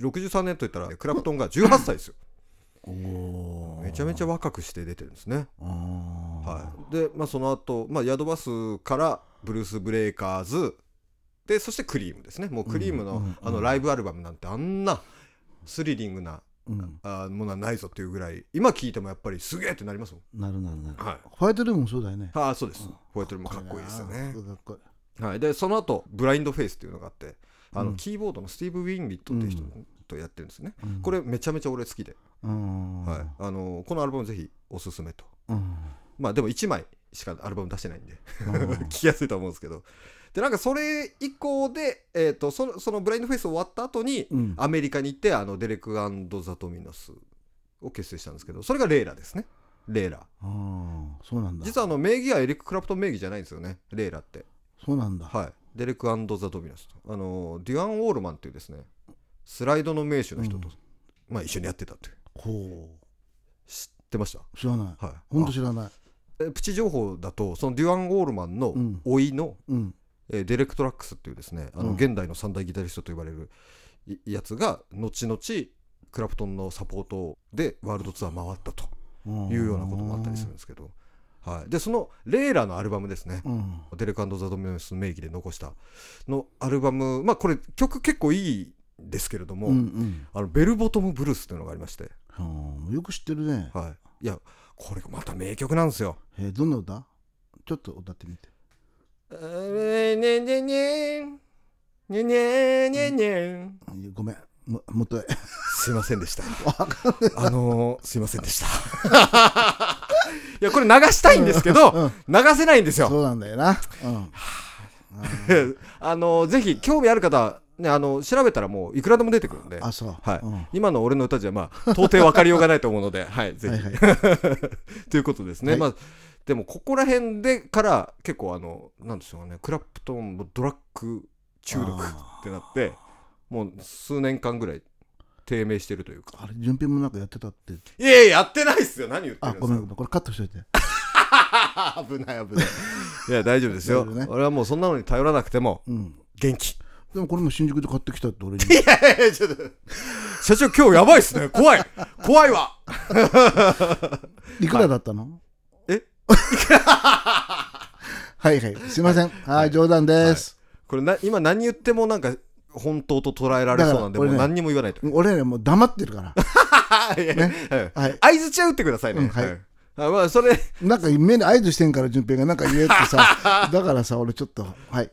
A: 63年といったらクラプトンが18歳ですよ、
C: おー
A: めちゃめちゃ若くして出てるんですね、
C: あー
A: はい、で、まあ、その後、まあヤードバーズからブルース・ブレイカーズでそしてクリームですねもうクリームの,、
C: うんうんうん
A: あのライブアルバムなんてあんなスリリングな
C: うん。
A: あーものはないぞっていうぐらい今聞いてもやっぱりすげえってなりますもん
C: なるなるなる。
A: はい
C: ホワイトルームもそうだよね。
A: ああそうです、ホワイトルームかっこいいですよね
C: かっこいい
A: はい、でその後ブラインドフェイスっていうのがあってあの、
C: うん
A: キーボードのスティーブ・ウィンビットっていう人とやってるんですね、
C: うん
A: これめちゃめちゃ俺好きで、
C: うん。
A: はい、あのこのアルバムぜひおすすめと
C: うん。
A: まあでも1枚しかアルバム出してないんで
C: うん
A: 聞きやすいと思うんですけどでなんかそれ以降で、えー、とそのそのブラインドフェイス終わった後に、
C: うん
A: アメリカに行ってあのデレクザ・トミナスを結成したんですけどそれがレイラですねレイラ
C: あーそうなんだ。
A: 実はあの名義はエリック・クラプトン名義じゃないんですよねレイラって
C: そうなんだ。
A: はい、デレクザ・ドミナスとあのデュアン・ウォールマンっていうですねスライドの名手の人と、まあ、一緒にやってたっていう
C: ほ
A: 知ってました
C: う。知らない。
A: はい
C: ほんと知らない。
A: あえプチ情報だとそのデュアン・ウォールマンの
C: うん
A: 甥いの、
C: うん。
A: えーデレクトラックスっていうですねあの
C: うん
A: 現代の三大ギタリストと言われるいやつが後々クラプトンのサポートでワールドツアー回ったというようなこともあったりするんですけど、はい、でそのレイラのアルバムですね、
C: うん。
A: デレクザ・ドミノス名義で残したのアルバムまあこれ曲結構いいですけれども、
C: うんうん
A: あのベルボトム・ブルースというのがありまして、
C: うんよく知ってるね。
A: はい、いやこれがまた名曲なんですよ。
C: えーどんな歌ちょっと歌ってみて。
A: ねねねねねねねね
C: いやごめん。ももっとえ。
A: すいませんでした。あのー、すいませんでした。 いやこれ流したいんですけ
C: う
A: ど
C: ん
A: 流せないんですよ。
C: そうなんだよな。うん。
A: あのー、ぜひ興味ある方はねあの調べたらもういくらでも出てくるんで。
C: あ、そう。
A: はい
C: うん
A: 今の俺の歌じゃまあ到底分かりようがないと思うの で、はい、ぜひ、
C: はい
A: ということですね。
C: はい
A: まあでもここら辺でから結構あのなんでしょうね、クラプトンもドラッグ中毒
C: あ
A: ってなって、もう数年間ぐらい低迷してるというか。
C: あれ、順平もなんかやってたって。
A: いやいややってないっすよ。何言って
C: あ、
A: るんで
C: ご
A: す
C: めん
A: か
C: ご。めん。これカットしといて。
A: 危ない危ない。いや大丈夫ですよ
C: 大丈。夫ね
A: 俺はもうそんなのに頼らなくても
C: うん。
A: 元気。
C: でもこれも新宿で買ってきたって俺に。
A: ちょっと社長今日やばいっすね。怖い怖いわ。
C: いくらだったの
A: え
C: はいはい。すいません。はい、冗談です。
A: これな今何言ってもなんか本当と捉えられそうなんで、
C: だから俺
A: もう
C: ね
A: 何にも言わないと。
C: 俺らもう黙ってるから。
A: はいやいや
C: は
A: はい
C: い
A: 相づちは打ってくださいね。
C: うんはい
A: あまあそれ
C: なんか目に合図してんから、順平がなんか言えってさ。だからさ、俺ちょっと、はい。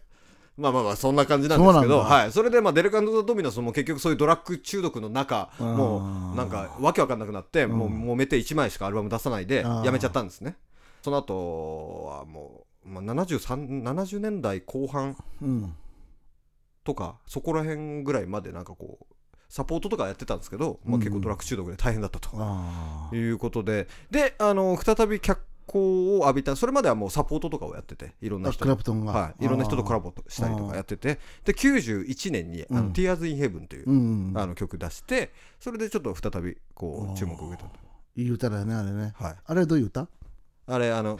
A: まあまあまあそんな感じなんですけ
C: そう
A: ど、
C: なんだ
A: はいそれでまあデルカンドドミノスも結局そういうドラッグ中毒の中、
C: あー
A: もうなんかわけわかんなくなって、もう揉めて1枚しかアルバム出さないで
C: あー
A: やめちゃったんですね。その後はもうまあ73 70年代後半
C: うん。
A: とかそこら辺ぐらいまでなんかこうサポートとかやってたんですけど、まあ結構ドラッグ中毒で大変だったと。
C: ああ
A: と。いうことで、で、あの、再び脚光を浴びたそれまではもうサポートとかをやってていろんな
C: あ
A: 人
C: クラプトンが、
A: はい、いろんな人とコラ
C: ボ
A: ボしたりとかやっててで91年に「あ
C: うん
A: の Tears in Heaven」という、
C: うんうん
A: あの曲出してそれでちょっと再びこ
C: あー
A: う注目を受けたんだ
C: いい歌だよねあれね
A: はい、
C: あれはどういう歌
A: あれあ の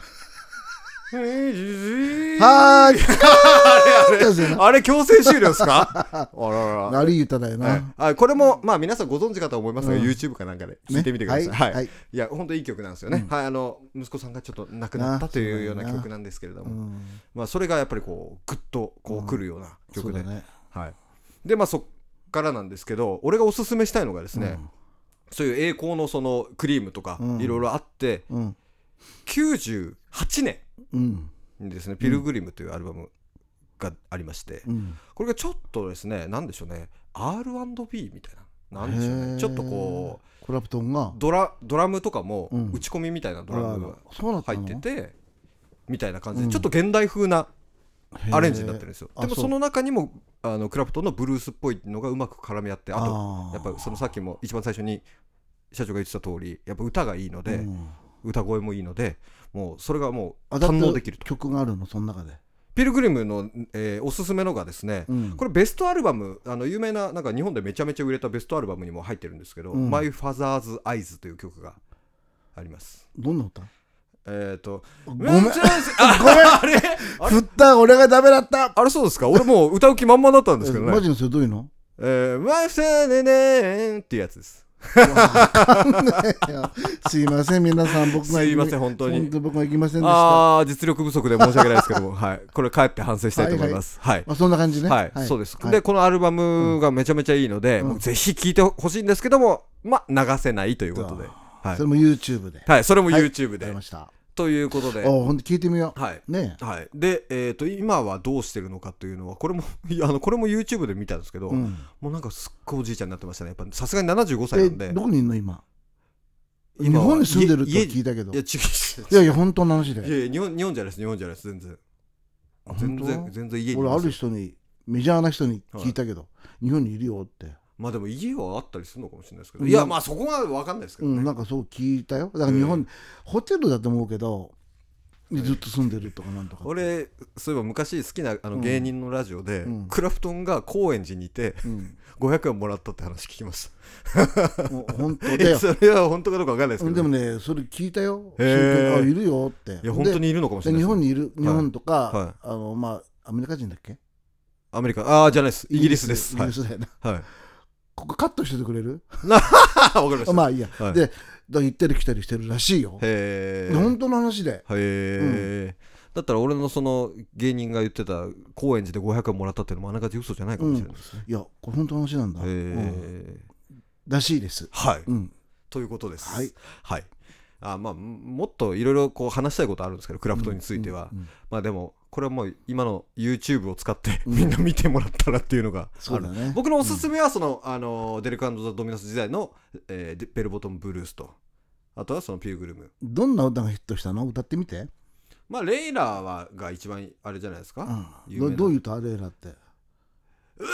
A: あ
C: はーい
A: れ
C: そうですよ
A: あ
C: ね
A: れあれ強制終了ですか あらら
C: 悪い歌だよな、
A: はいあこれもまあ皆さんご存知かと思いますが、
C: うん
A: YouTube かなんかで
C: ね
A: 聞いてみてください、
C: はい、
A: はい
C: はい
A: いや本当いい曲なんですよね、
C: うん
A: はいあの息子さんがちょっと亡くなったというような
C: なそうだよな
A: 曲なんですけれど
C: う
A: も、
C: ん、
A: まあ、それがやっぱりこうグッとこ
C: う
A: うんくるような
C: そ
A: 曲
C: う
A: で、
C: だね
A: はい、でまあそっからなんですけど俺がおすすめしたいのがですね、そういう栄光のそのクリームとか
C: うん
A: いろいろあって、
C: うん
A: 98年
C: うん
A: にですね「ピルグリム」というアルバムがありまして、
C: うん
A: これがちょっとですねなんでしょうね R&B みたいななんでしょう
C: へー
A: ねちょっとこう
C: コラプトンが
A: ドラドラムとかも
C: うん
A: 打ち込みみたいなドラムが
C: あらそうだった
A: 入
C: の
A: ってて、みたいな感じで、
C: うん
A: ちょっと現代風な
C: へー
A: アレンジになってるんですよ
C: あ
A: でも
C: そう
A: その中にもあのクラプトンのブルースっぽいのがうまく絡み合ってあと
C: あー
A: やっぱそのさっきも一番最初に社長が言ってた通りやっぱ歌がいいので、
C: うん
A: 歌声もいいのでもうそれがもう
C: あだっ
A: 堪
C: て
A: 能できると
C: 曲があるのその中で、
A: ピルグリムの、えーおすすめのがですね、
C: うん
A: これベストアルバムあの有名ななんか日本でめちゃめちゃ売れたベストアルバムにも入ってるんですけど「
C: うん
A: マイ・ファザーズ・アイズ」という曲があります
C: どんな歌
A: えっ、と
C: ご
A: ご
C: めん
A: あごめん あれあれ
C: 振った俺がダメだった
A: あれそうですか俺もう歌う気満々だったんですけどね
C: マジのそれどういうの
A: えー、ワイフさんねねーんっていうやつです。
C: すいません皆さん僕が
A: すいません、本当
C: 本
A: に。
C: 当僕がいきませんでしたま
A: ああ、実力不足で申し訳ないですけ ども、はい、これ、帰って反省したいと思います。はい、
C: あそんな感じね
A: はい、そうです。
C: はい
A: で、このアルバムがめちゃめちゃいいので、
C: うん
A: もうぜひ聴いてほしいんですけども、まあ、流せないということで、はい
C: それも YouTube で
A: はい、それも YouTube
C: や
A: で
C: りま。した
A: ということで、
C: おほんと聞いてみよ
A: はい。
C: うねえ
A: はい、で、えー、と今はどうしてるのかというのはこれも いやあのこれも YouTube で見たんですけど、
C: うん
A: もうなんかすっごいおじいちゃんになってましたねやっぱさすがに75歳
C: え
A: なんで
C: どこにいんの今日
A: 今は
C: 本に住んでると
A: 家
C: 聞いたけど
A: いや
C: い
A: 違う
C: やいや本当の話
A: い や
C: で
A: いや日本日本じゃないです日本じゃないです全然
C: あ
A: 全
C: 本
A: 然
C: 当
A: 全然家にい
C: 俺
A: ま
C: あ
A: す
C: る人にメジャーな人に聞いたけど日本にいるよって
A: まあでも家はあったりするのかもしれないですけど、
C: うん
A: いやまあそこは分かんないですけ
C: う
A: どね、
C: んなんかそう聞いたよだから日
A: う
C: 本
A: ん
C: ホテルだと思うけどずっと住んでるとかなんとか
A: 俺そういえば昔好きなあ
C: う
A: の
C: ん
A: 芸人のラジオで、
C: うん
A: クラフトンが高円寺にいて
C: うん
A: 500円もらったって話聞きまし
C: もう本当
A: た
C: だ
A: え
C: よ
A: それは本当かどうか分かんないです
C: う
A: け
C: ん
A: ど、
C: でもね、それ聞いたよ。
A: へー
C: あいるよって。
A: いや本当
C: で
A: にいるのかもしれ
C: で
A: ない
C: 日
A: です
C: 本にいる、日本とか、
A: は
C: あのまあアメリカ人だっけ？
A: アメリカああーじゃないですイギリスです
C: イギリスだよな。
A: はい、はい、
C: ここカットしててくれる？
A: 分かりました、
C: まあいいや。
A: はい
C: で、だから行ったり来たりしてるらしいよ。
A: へえ
C: 本当の話で。
A: へえ、だったら俺のその芸人が言ってた高円寺で500円もらったっていうのもあながち嘘じゃないかもしれないですね、
C: いや、これ本当の話なんだ。
A: へ
C: うん
A: え
C: らしいです。
A: はい、
C: うん。
A: ということです
C: はい、
A: はいあまあもっといろいろこう話したいことあるんですけどクラフトンについては、
C: うんうん
A: まあでもこれはもう今の YouTube を使って
C: うん
A: みんな見てもらったらっていうのが
C: そ
A: あ
C: うだ
A: る、
C: ね。
A: 僕のおすすめはその、あのデルカンド・ザ・ドミノス時代の、えーでベルボトム・ブルースとあとはそのピルグルム
C: どんな歌がヒットしたの？歌ってみて。
A: まあレイラーはが一番あれじゃないですか、
C: うん。
A: 有名
C: ど
A: な
C: どういう歌あれらって。は、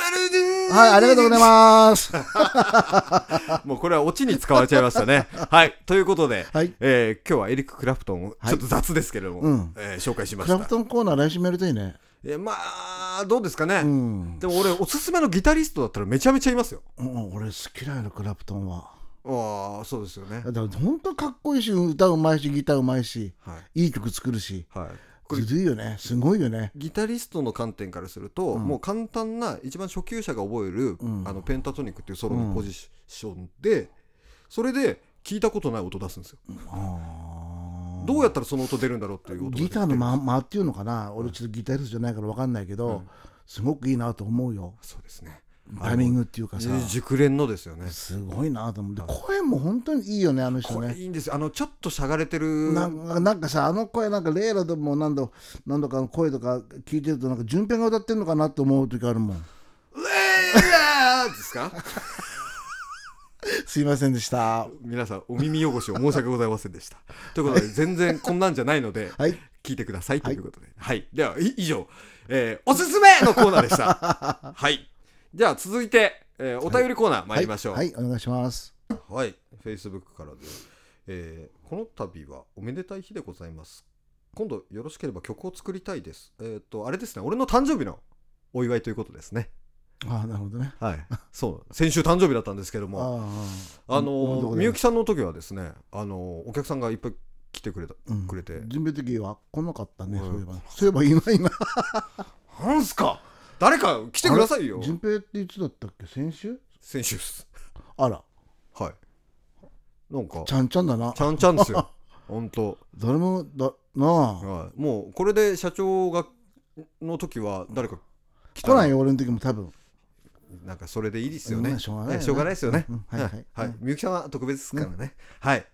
A: はい
C: ありがとうございます。
A: す。 もうこれはオチに使われちゃいました ね。はい、ということで、
C: はい。
A: えー今日はエリック・クラプトンを
C: はい
A: ちょっと雑ですけれども、
C: うん
A: えー紹介しま
C: ク
A: した。
C: ラフトンコーナー来週もやりたいね。
A: えーまあ、どうですかね。
C: うん。
A: でも俺、おすすめのギタリストだったらめちゃめちゃいますよ。
C: うん、俺好きだよクラプトンは
A: ああ、そうですよね
C: だ。から本当かっこいいし歌うまいしギターうまいし
A: はい。
C: いい曲作るし
A: はい、これ
C: ずるいよねすごいよね
A: ギタリストの観点からすると、
C: うん
A: もう簡単な一番初級者が覚える、
C: うん
A: あのペンタトニックっていうソロのポジションで、それで聞いたことない音出すんですよ、
C: あ
A: どうやったらその音出るんだろうっていう音が出
C: ギ
A: て
C: ターの間間っていうのかな俺ちょっとギタリストじゃないから分かんないけど、
A: うん
C: すごくいいなと思うよ
A: そうですね
C: タイミングっていうかさ
A: ね熟練のですよね。
C: すごいなと思って声も本当にいいよねあの人
A: これ
C: ね
A: いいんですよ。あのちょっとしゃがれてる。
C: なんかなんかさあの声なんかレイラでも何度何度かの声とか聞いてるとなんか順平が歌ってるのかなって思う時あるもん
A: うえーですか？
C: すいませんでした
A: 皆さんお耳汚しを申し訳ございませんでした。 ということで全然こんなんじゃないので
C: はい
A: 聞いてくださいということで。はい。ではい以上、えーおすすめのコーナーで した。はい。じゃあ続いて、えーお便りコーナー参りましょう。
C: はい、はいお願いします。
A: はい、Facebook からで、えーこの度はおめでたい日でございます今度よろしければ曲を作りたいですえっ、とあれですね俺の誕生日のお祝いということですね
C: ああなるほどね
A: はいそう先週誕生日だったんですけども
C: あ
A: あ
C: うん
A: の
C: うん
A: みゆきさんの時はですねあのお客さんがいっぱい来てくれた
C: うん
A: くれて
C: 準備的は来なかったね、
A: うん
C: そういえばそういえば今今
A: なんすか誰か来てくださいよ
C: 順平っていつだったっけ先週
A: 先週っす
C: あら
A: はいなんか
C: ちゃんちゃんだな
A: ちゃんちゃんです よほんと
C: 誰もだなあ
A: はい、もうこれで社長がの時は誰か来た
C: 来
A: ら
C: ないよ俺の時も多分
A: なんかそれでいいですよね、
C: うんしょうがないよね
A: ええしょうがないですよね、
C: うんはいはい
A: はい
C: うん
A: みゆきさんは特別ですからね、はい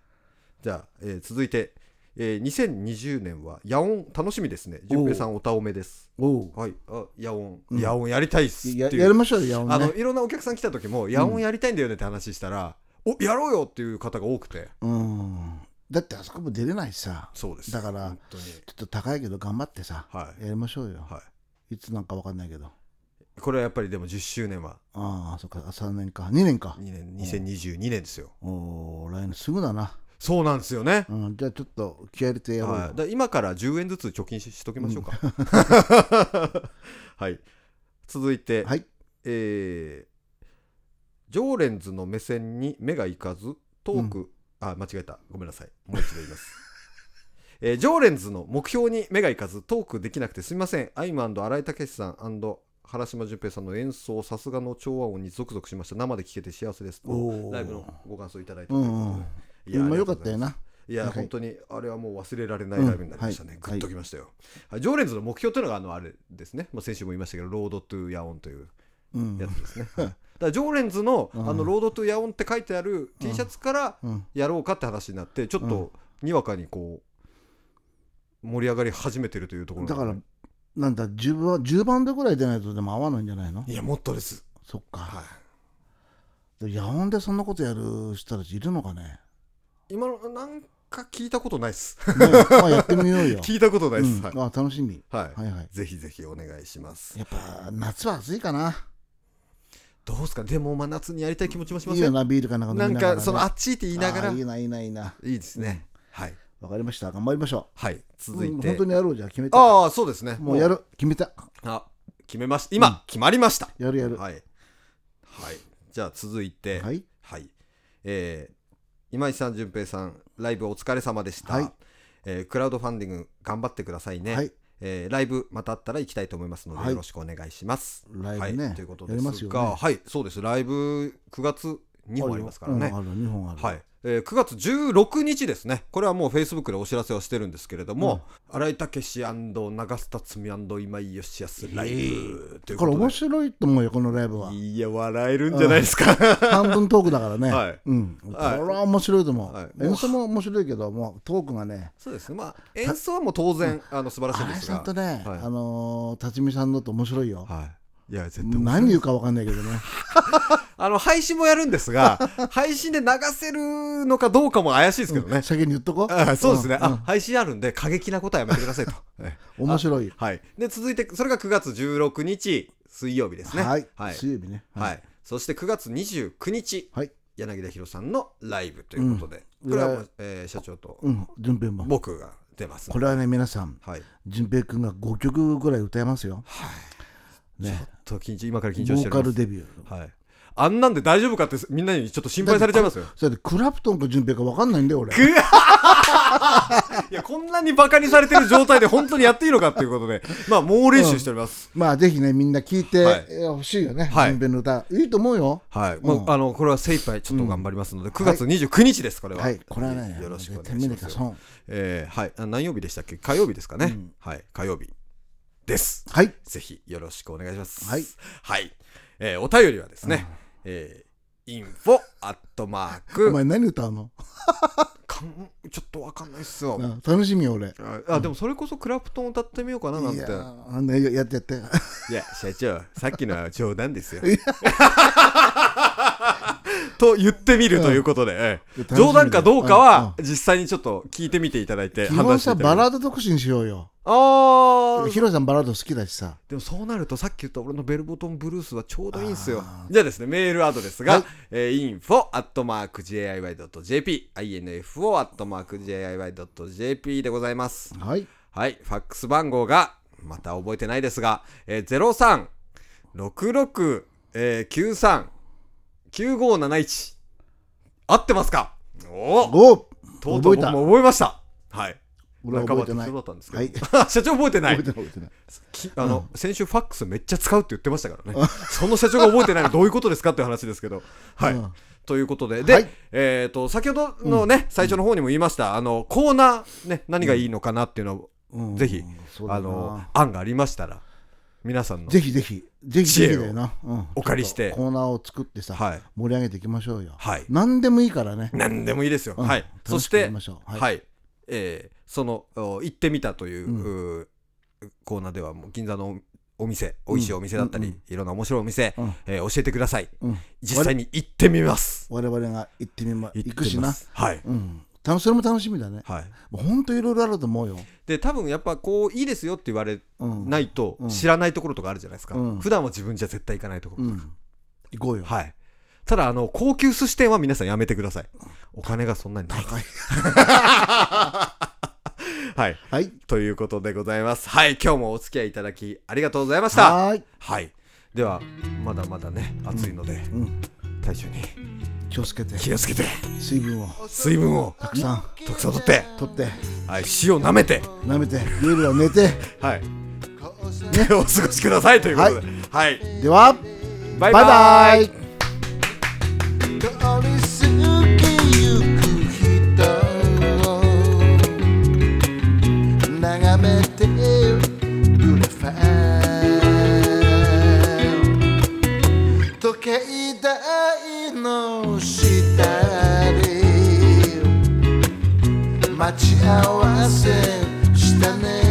A: じゃあ、えー続いて、えー2020年は夜音楽しみですね純平さんおたおめですはいあ夜音、
C: うん
A: 夜音やりたいっすってい
C: や
A: う
C: やりましょうよ、
A: あ
C: や
A: のいろんなお客さん来た時も夜音やりたいんだよねって話したら、おやろうよっていう方が多くて
C: うん、だってあそこも出れないしさちょ
A: そうです
C: だから
A: 本当に
C: っと高いけど頑張ってさ、
A: はい
C: やりましょうよ、、
A: はい
C: つなんかわかんないけど
A: いこれはやっぱりでも10周年は
C: ああそっか3年か2年か
A: 2年2022年ですよ
C: おー来年すぐだな、
A: そうなんですよね。
C: うん、じゃあちょっと気合入れてやろうよ、
A: はい、だから今から10円ずつ貯金ししときましょうか。 はい、続いて、
C: はい
A: えー常連ズの目線に目がいかずトーク、あ間違えたごめんなさいもう一度言います。 えー、常連ズの目標に目がいかずトークできなくてすみませんアイム新井武さん原島純平さんの演奏さすがの調和音にゾクゾクしました生で聴けて幸せです
C: おー
A: ライブのご感想いただいた
C: う
A: とい
C: んうん
A: うことでいや
C: 今
A: あり
C: よ
A: がと
C: か
A: う
C: っ
A: ござい
C: たよ
A: ます
C: ない
A: や、
C: はい
A: 本当にあれはもう忘れられないライブになりましたね、
C: うん
A: グッときましたよ、はい常連ズの目標というのがあのあれですね、まあ、先週も言いましたけどロードトゥヤオンという
C: うん
A: やつですね、はいだから常連ズの,、
C: うん
A: あのロードトゥヤオンって書いてある T シャツから
C: うん
A: やろうかって話になってちょっとにわかにこう盛り上がり始めてるというところ
C: だ
A: なんで
C: からなんだ10番 ,10 番でぐらい出ないとでも合わないんじゃないの
A: いやもっとです
C: そっか、
A: は
C: で野音でそんなことやる人たちいるのか ね
A: 今のなんか聞いたことないです
C: ねまあやってみようよ、
A: 聞いたことな
C: う
A: いです、
C: ん、
A: はい、
C: あ楽しみ、
A: はい
C: はいはい
A: ぜひぜひお願いします
C: やっぱ夏は暑いかな
A: どうですかでも真夏にやりたい気持ちもしま
C: い
A: せ
C: い
A: ん
C: よなビールかなんか
A: な
C: 飲
A: ん
C: みながら、ね、
A: かそのあっちって言いながら
C: あーい
A: い
C: いないいないいない
A: ですねはい
C: わかりました頑張りましょ
A: はい
C: うん
A: 続いて
C: 本当にやろうじゃあ決めた
A: ああそうですね
C: もうやる決めた
A: あ決めました今、決まりました
C: やるやるは
A: はいはいじゃあ続いて
C: い、
A: はい、えー今井さん淳平さんライブお疲れ様でした、
C: はい
A: えークラウドファンディング頑張ってくださいね、
C: はい
A: えーライブまたあったら行きたいと思いますので、
C: はい
A: よろしくお願いします
C: ライブね
A: はい、ということで
C: やり
A: すが
C: ますよね
A: はいそうですライブ9月2本ありますからね、
C: うんある2本ある
A: はいえー9月16日ですね、これはもうフェイスブックでお知らせをしてるんですけれども、新井武史長久積今井義康ライブというこ
C: これ
A: とで、
C: 面白いと思うよこのライブはい
A: や、笑えるんじゃないですか。
C: 半分トークだからね、
A: はい
C: うん、これ
A: はい
C: は面白いと思う、
A: はい
C: 演奏も面白いけどもうトークがね
A: そうですね、まあ、演奏はもう当然、あの素晴らしい
C: 荒
A: で
C: 井
A: す
C: さ
A: が、
C: んとね、
A: はい
C: あのー辰巳さんのと面白いよ、
A: はい、いや、絶対面白い
C: 何言うか分かんないけどね
A: あの配信もやるんです が、配信で流せるのかどうかも怪しいですけどね、
C: 先に言っとこ
A: あそうですね、
C: ん
A: あ配信あるんで、過激なことはやめてくださいと。ええ
C: 面白いよ
A: はい、で続いて、それが9月16日水曜日ですね。
C: はい、
A: はい
C: 水曜日ね
A: はい、そして9月29日、
C: はい
A: 柳田博さんのライブということで、
C: うん
A: これはも
C: う
A: う、えー社長と
C: うん順平も
A: 僕が出ます、
C: これはね皆さん
A: はい、
C: 淳平君が5曲ぐらい歌えますよ。ね、
A: と緊張今から緊
C: ボ
A: 張してる
C: ーカルデビュー。
A: はい、あんなんで大丈夫かってみんなにちょっと心配されちゃいますよ
C: それでクラプトンか淳平か分かんないんだよ俺。
A: いやこんなにバカにされてる状態で本当にやっていいのかっていうことでまあ猛練習しております、
C: まあぜひねみんな聞いて
A: はい
C: えーほしいよね
A: はい
C: 淳平の歌。いいと思うよ。
A: はい、もう
C: うん
A: あのこれは精一杯ちょっと頑張りますので、9月29日ですこれは、
C: はい、これはね、
A: よろしくお
C: 絶
A: 願
C: 対
A: い
C: 見
A: しま
C: なきゃ
A: す
C: 損。
A: えーはいあ何曜日でしたっけ火曜日ですかね、
C: うん
A: はい火曜日です
C: はい、
A: ぜひよろしくお願いします。
C: はい。
A: はい。えーお便りはですね、えー、info アットマー
C: お
A: ク、
C: 前何歌うの
A: かんちょっとわかんないっすよ。
C: な楽しみよ俺。
A: ああ、でもそれこそクラプトン歌ってみようかななんて。
C: い
A: い
C: や
A: や、
C: ーねややってやって。
A: 社長、さっきのは冗談ですよ。 と言ってみるということで、ええ
C: 楽しみだよ
A: 冗談かどうか
C: うん
A: は
C: うん
A: 実際にちょっと聞いてみていただいて
C: 基本
A: 話して
C: さ
A: いた
C: バ
A: だいて
C: ラード特集にしようよ。
A: ああ
E: ヒロさんバラード好きだしさ
A: でもそうなるとさっき言った俺のベルボトンブルースはちょうどいいんすよ
E: あ。
A: じゃあですね、メールアドレスが、
E: はい
A: えー、info.jiy.jp、info.jiy.jp でございます。
E: はい
A: はい、ファックス番号が、また覚えてないですが、えー、03-66-93-9571、合ってますかおお
E: おう
A: とうと
E: 覚え
A: う僕
E: た
A: も覚えました。はい。
E: 俺は覚えてない覚
A: 仲間と一緒だったんですけど。 社長覚えてない
E: えてない覚えてない
A: きあの、先週ファックスめっちゃ使うって言ってましたからね その社長が覚えてないのどういうことですかっていう話ですけどはい、
E: うん
A: ということでで、
E: はい
A: えー、と先ほどのね、最初の方にも言いましたあのコーナーね何がいいのかなっていうのを、
E: うん
A: ぜひ
E: そうだな
A: あの案がありましたら皆さんの
E: ぜひぜひぜひ
A: 知恵
E: ぜ
A: を
E: ひだよな、うん
A: お借りして
E: ちょっとコーナーを作ってさ、
A: はい
E: 盛り上げていきましょうよ、
A: はい
E: 何でもいいからね
A: 何でもいいですよ、
E: うん
A: はいそ
E: 楽
A: し
E: しくや
A: て
E: りましょう
A: は、
E: はいい
A: えーそのお行ってみたという,う
E: うん
A: ー、コーナーではもう銀座のお店美味しいお店だったり、
E: うんうん
A: いろんな面白いお店、
E: うん
A: えー教えてください
E: うん
A: 実際に行ってみます
E: 我々が行ってみま行くし
A: ま
E: な
A: すはい、
E: うんたそれも楽しみだね
A: はい、
E: もうほんといろいろあると思うよ、
A: で多分やっぱこういいですよって言われ
E: うん、
A: ないと
E: うん
A: 知らないところとかあるじゃないですか、
E: うん
A: 普段は自分じゃ絶対行かないとこ
E: う
A: ろとか、
E: ん行こうよ、
A: はいただあの高級寿司店は皆さんやめてくださいお金がそんなにない
E: 高い
A: はい
E: はい
A: ということでございますはい今日もお付き合いいただきありがとうございました
E: はーい、
A: はいではまだまだね暑いので、
E: うん、
A: 体調に
E: 気をつけて
A: 気をつけて
E: 水分を
A: 水分を
E: たくさん
A: たくさんとって、
E: 取って
A: はい、塩舐めて
E: 舐めて夜は寝て
A: はい、 お過ごしくださいということで、はい、
E: では
A: バイバイ
E: バイバイ
C: 通り過ぎゆく人を眺めてブレファー時計台の下で待ち合わせしたね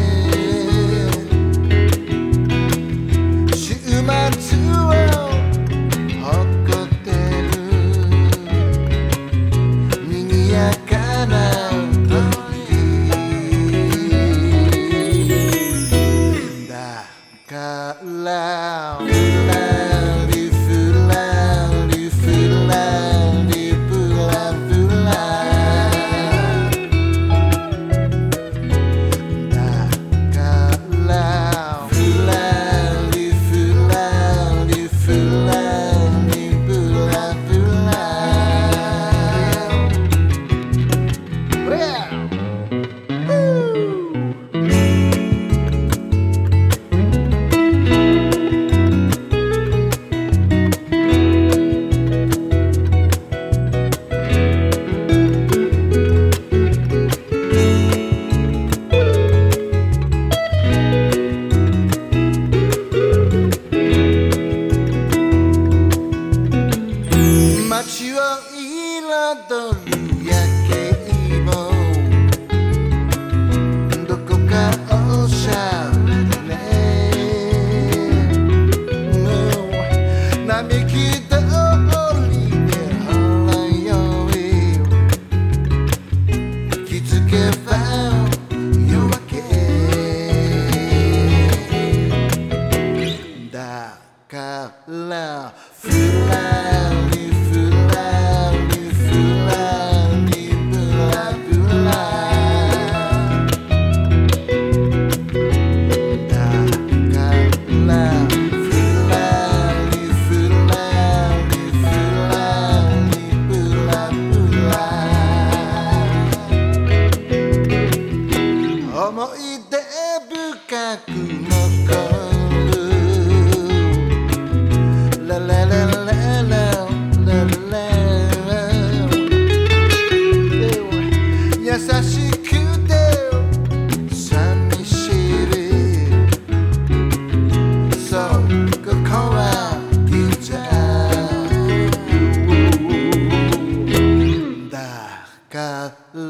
C: 週末を誇ってる賑やかな時だからふらりふらりふらりふらふらだからふらりふらりふらりふらふら街を彩る夜景もどこかおしゃれうん並木通りでほろよい気づけば夜明けだからふらりふらりふらりふらふらだからふらりふらりふらりふらふら思い出深く残るラララララララ優しくて寂しいそうここは銀座だから